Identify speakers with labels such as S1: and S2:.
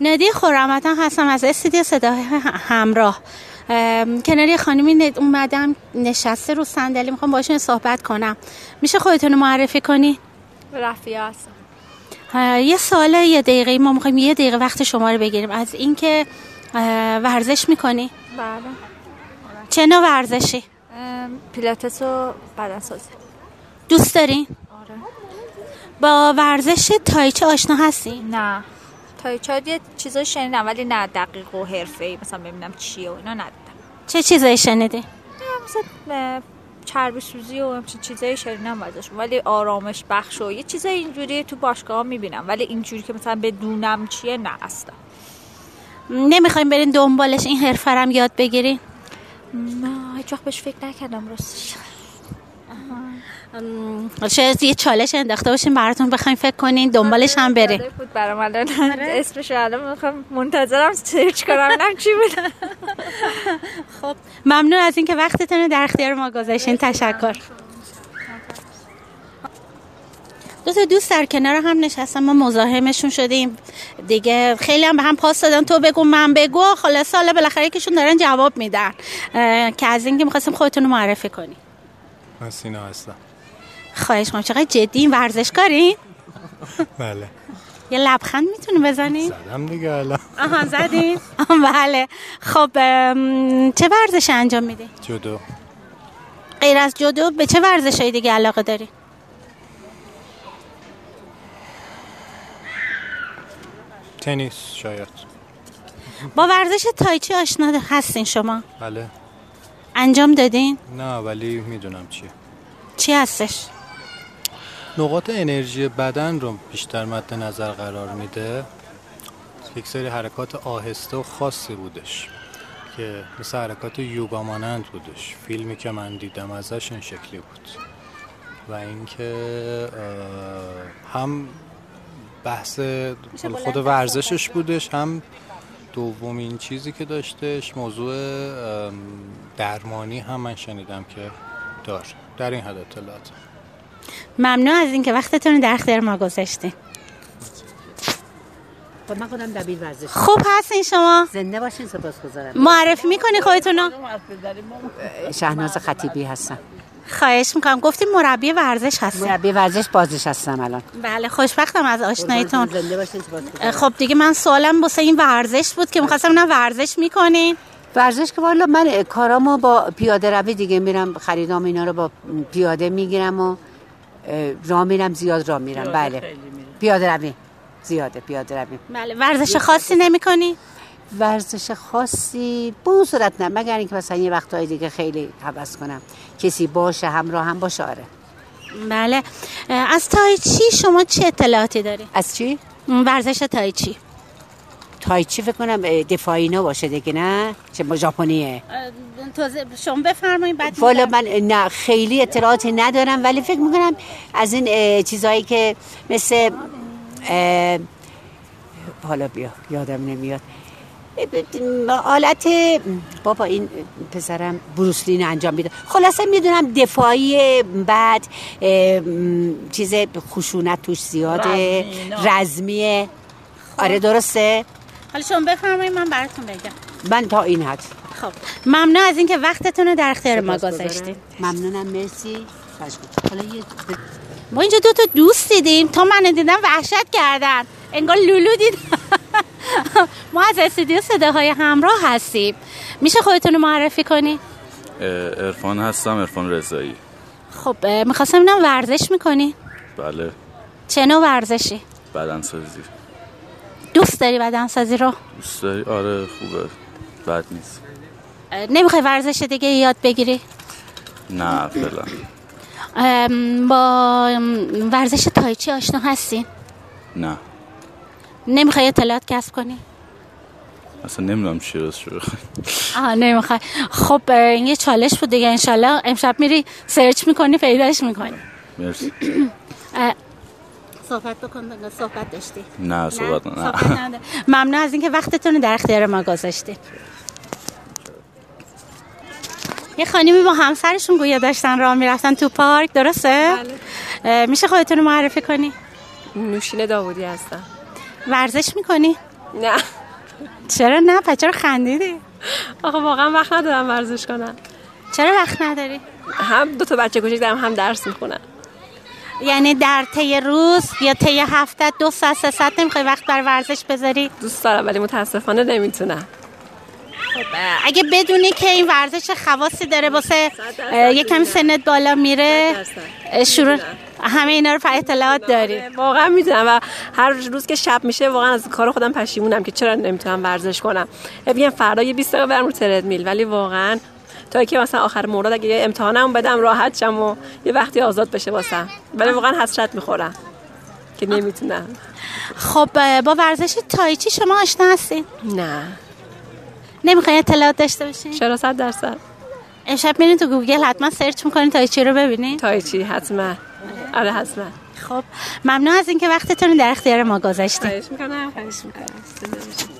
S1: ندی خورمتن هستم از استیدیو صدای همراه کنار خانمی اومدم نشسته رو صندلی میخوام باشون صحبت کنم میشه خودتون معرفی کنی؟
S2: رفیه هستم
S1: یه سال یه دقیقه ما میخوایم یه دقیقه وقت شما رو بگیریم از اینکه ورزش میکنی
S2: بله
S1: چه نوع ورزشی
S2: ام، پیلاتس و بدنسازی
S1: دوست دارین
S2: آره
S1: با ورزش تایچه آشنا هستین
S2: نه تا شاید یه چیزا شنیدم ولی نه دقیق و حرفه ای مثلا ببینم چیه و اینا ندیدم
S1: چه چیزایی شنیدین
S2: نه، مثلا اه، چربی سوزی و همچین چیزایی شنیدم ازش ولی آرامش بخش و یه چیزای اینجوری تو باشگاه ها میبینم ولی اینجوری که مثلا بدونم چیه نه اصلا
S1: نمیخوایم برین دنبالش این حرفه رو هم یاد بگیرین
S2: نه هیچ وقت بهش فکر نکردم راستش
S1: ام، شاید یه چالش انداخته باشین براتون بخواین فکر کنین دنبالش هم برین
S2: جالب بود برام الان اسمش رو الان میخوام منتظرم سرچ کنم ببینم چی بود
S1: ممنون از اینکه وقتتون رو در اختیار ما گذاشتین تشکر دو تا دوست در کنار هم نشستم ما مزاحمشون شدیم دیگه خیلی هم به هم پاس دادن تو بگو من بگو خلاصه حالا بالاخره یکیشون دارن جواب میدن اه، که از اینکه میخواستیم خودتون رو معرفی کنی
S3: من سینا هستم
S1: خواهش میکنم چقدر جدی این ورزشکاری
S3: بله
S1: یه لبخند میتونی بزنی
S3: زدم دیگه الان
S1: آها زدی آها، بله خب ام، چه ورزش انجام میدی
S3: جودو
S1: غیر از جودو به چه ورزش های دیگه علاقه داری
S3: تنیس شاید
S1: با ورزش تایچی آشنا هستین شما
S3: بله
S1: انجام دادین
S3: نه ولی میدونم چیه
S1: چی هستش
S3: نقاط انرژی بدن رو بیشتر مد نظر قرار میده یک سری حرکات آهسته و خاصی بودش که مثل حرکات یوگا مانند بودش فیلمی که من دیدم ازش این شکلی بود و اینکه اه، هم بحث خود ورزشش بودش هم دومین چیزی که داشتش موضوع ام، درمانی هم من شنیدم که دار در این حد اطلاعات
S1: ممنون از اینکه وقتتون رو در اختیار ما گذاشتین
S4: خب من خودم دبیر ورزش
S1: خوب هستین شما
S4: زنده باشین سپاس گذارم
S1: معرفی میکنی خودتون رو
S4: شهناز خطیبی هستم
S1: خواهش میکنم گفتیم مربی ورزش هستین
S4: مربی ورزش بازش هستم الان
S1: بله خوشبختم از آشناییتون
S4: زنده باشین سپاس
S1: اه،
S4: گذارم
S1: خب دیگه من سوالم واسه این ورزش بود که میخواستم نه ورزش میکنین
S4: ورزش که والا من کارامو با پیاده روی دیگه میرم خریدام اینا رو با پیاده میگیرم و اه، راه میرم زیاد راه میرم بله پیاده روی زیاده پیاده روی
S1: بله ورزش خاصی نمیکنی
S4: ورزش خاصی به اون صورت نه مگر اینکه مثلا یه وقتهای دیگه خیلی حوض کنم کسی باشه همراه هم باشه آره
S1: بله اه، از تایچی شما چه اطلاعاتی داری
S4: از چی
S1: م، ورزش تایچی
S4: تایچی فکر کنم اه، دفاعینا باشه دیگه نه چه ژاپنیه
S1: شما بفرمایید بعد
S4: والا من نه خیلی اطلاعاتی ندارم ولی فکر میکنم از این اه، چیزهایی که مثل اه، حالا بیا یادم نمیاد اه، حالت بابا این پسرم بروسلین انجام میده خلاصه میدونم دفاعی بعد اه، م، چیز خشونت توش زیاده رزمیه آره درسته
S1: حالا شما بفرمایید من براتون بگم
S4: من تا این حد
S1: خب ممنون از اینکه وقتتون رو در اختیار ما گذاشتید
S4: ممنونم مرسی تشکر. حالا یه
S1: ما اینجا دو تا دوست دیدیم تا من دیدم وحشت کردن انگار لولو دیدم ما از استودیو صداهای همراه هستیم میشه خودتون رو معرفی کنی
S5: ارفان هستم ارفان رضایی
S1: خب میخواستم اینم ورزش میکنی
S5: بله
S1: چه نوع ورزشی
S5: بدنسازی
S1: دوست داری بدنسازی رو
S5: دوست داری آره خوبه بد نیست
S1: اه، نمیخوای ورزش دیگه یاد بگیری
S5: نه فعلا
S1: ام، با ام، ورزش تایچی آشنا هستین
S5: نه
S1: نمیخوای اطلاعات کسب کنی
S5: اصلا نمیدونم چی راست شروع کنم.
S1: آه نمیخوای خب اه، این یه چالش بود دیگه انشالله امشب میری سرچ میکنی پیداش میکنی
S5: مرسی
S1: صحبت بکن صحبت داشتی
S5: نه صحبت نه
S1: صحبت نده. ممنون از اینکه وقتتون رو در اختیار ما گذاشتی یه خانمی با همسرشون گویا داشتن راه میرفتن تو پارک درسته؟ اه، میشه خودتون رو معرفی کنی؟
S6: نوشین داودی هستم
S1: ورزش میکنی؟
S6: نه
S1: چرا نه پس چرا خندیدی
S6: آخه واقعا وقت ندارم ورزش کنم
S1: چرا وقت نداری
S6: هم دو تا بچه کوچیک دارم هم درس میخونم
S1: یعنی در طی روز یا طی هفته دو ساعت سه ساعت نمیخوای وقت بر ورزش بذاری
S6: دوست دارم ولی متاسفانه نمیتونم
S1: اگه بدونی که این ورزش خواصی داره واسه
S6: صد درصد
S1: اه، یه کمی
S6: می‌دونم.
S1: سنت بالا میره
S6: صد درصد.
S1: اه، شروع همه اینا رو پر اطلاعات داری
S6: واقعا میتونم و هر روز که شب میشه واقعا از کار خودم پشیمونم که چرا نمیتونم ورزش کنم میگم فردا یه 20 دقیقه برم رو تردمیل ولی واقعا تا که مثلا آخر مورد اگه یه امتحانم بدم راحت شم و یه وقتی آزاد بشه واسم ولی واقعا حسرت میخورم که نمیتونم
S1: خب اه، با ورزش تایچی شما آشنا هستین
S6: نه
S1: نمیخوای اطلاعات داشته باشین
S6: چرا صد درصد
S1: امشب میرین تو گوگل حتما سرچ میکنین تایچی رو ببینین
S6: تایچی حتما آره حتما
S1: خب ممنون از اینکه وقتتون رو در اختیار ما گذاشتین
S6: خواهش میکنم خواهش میکنم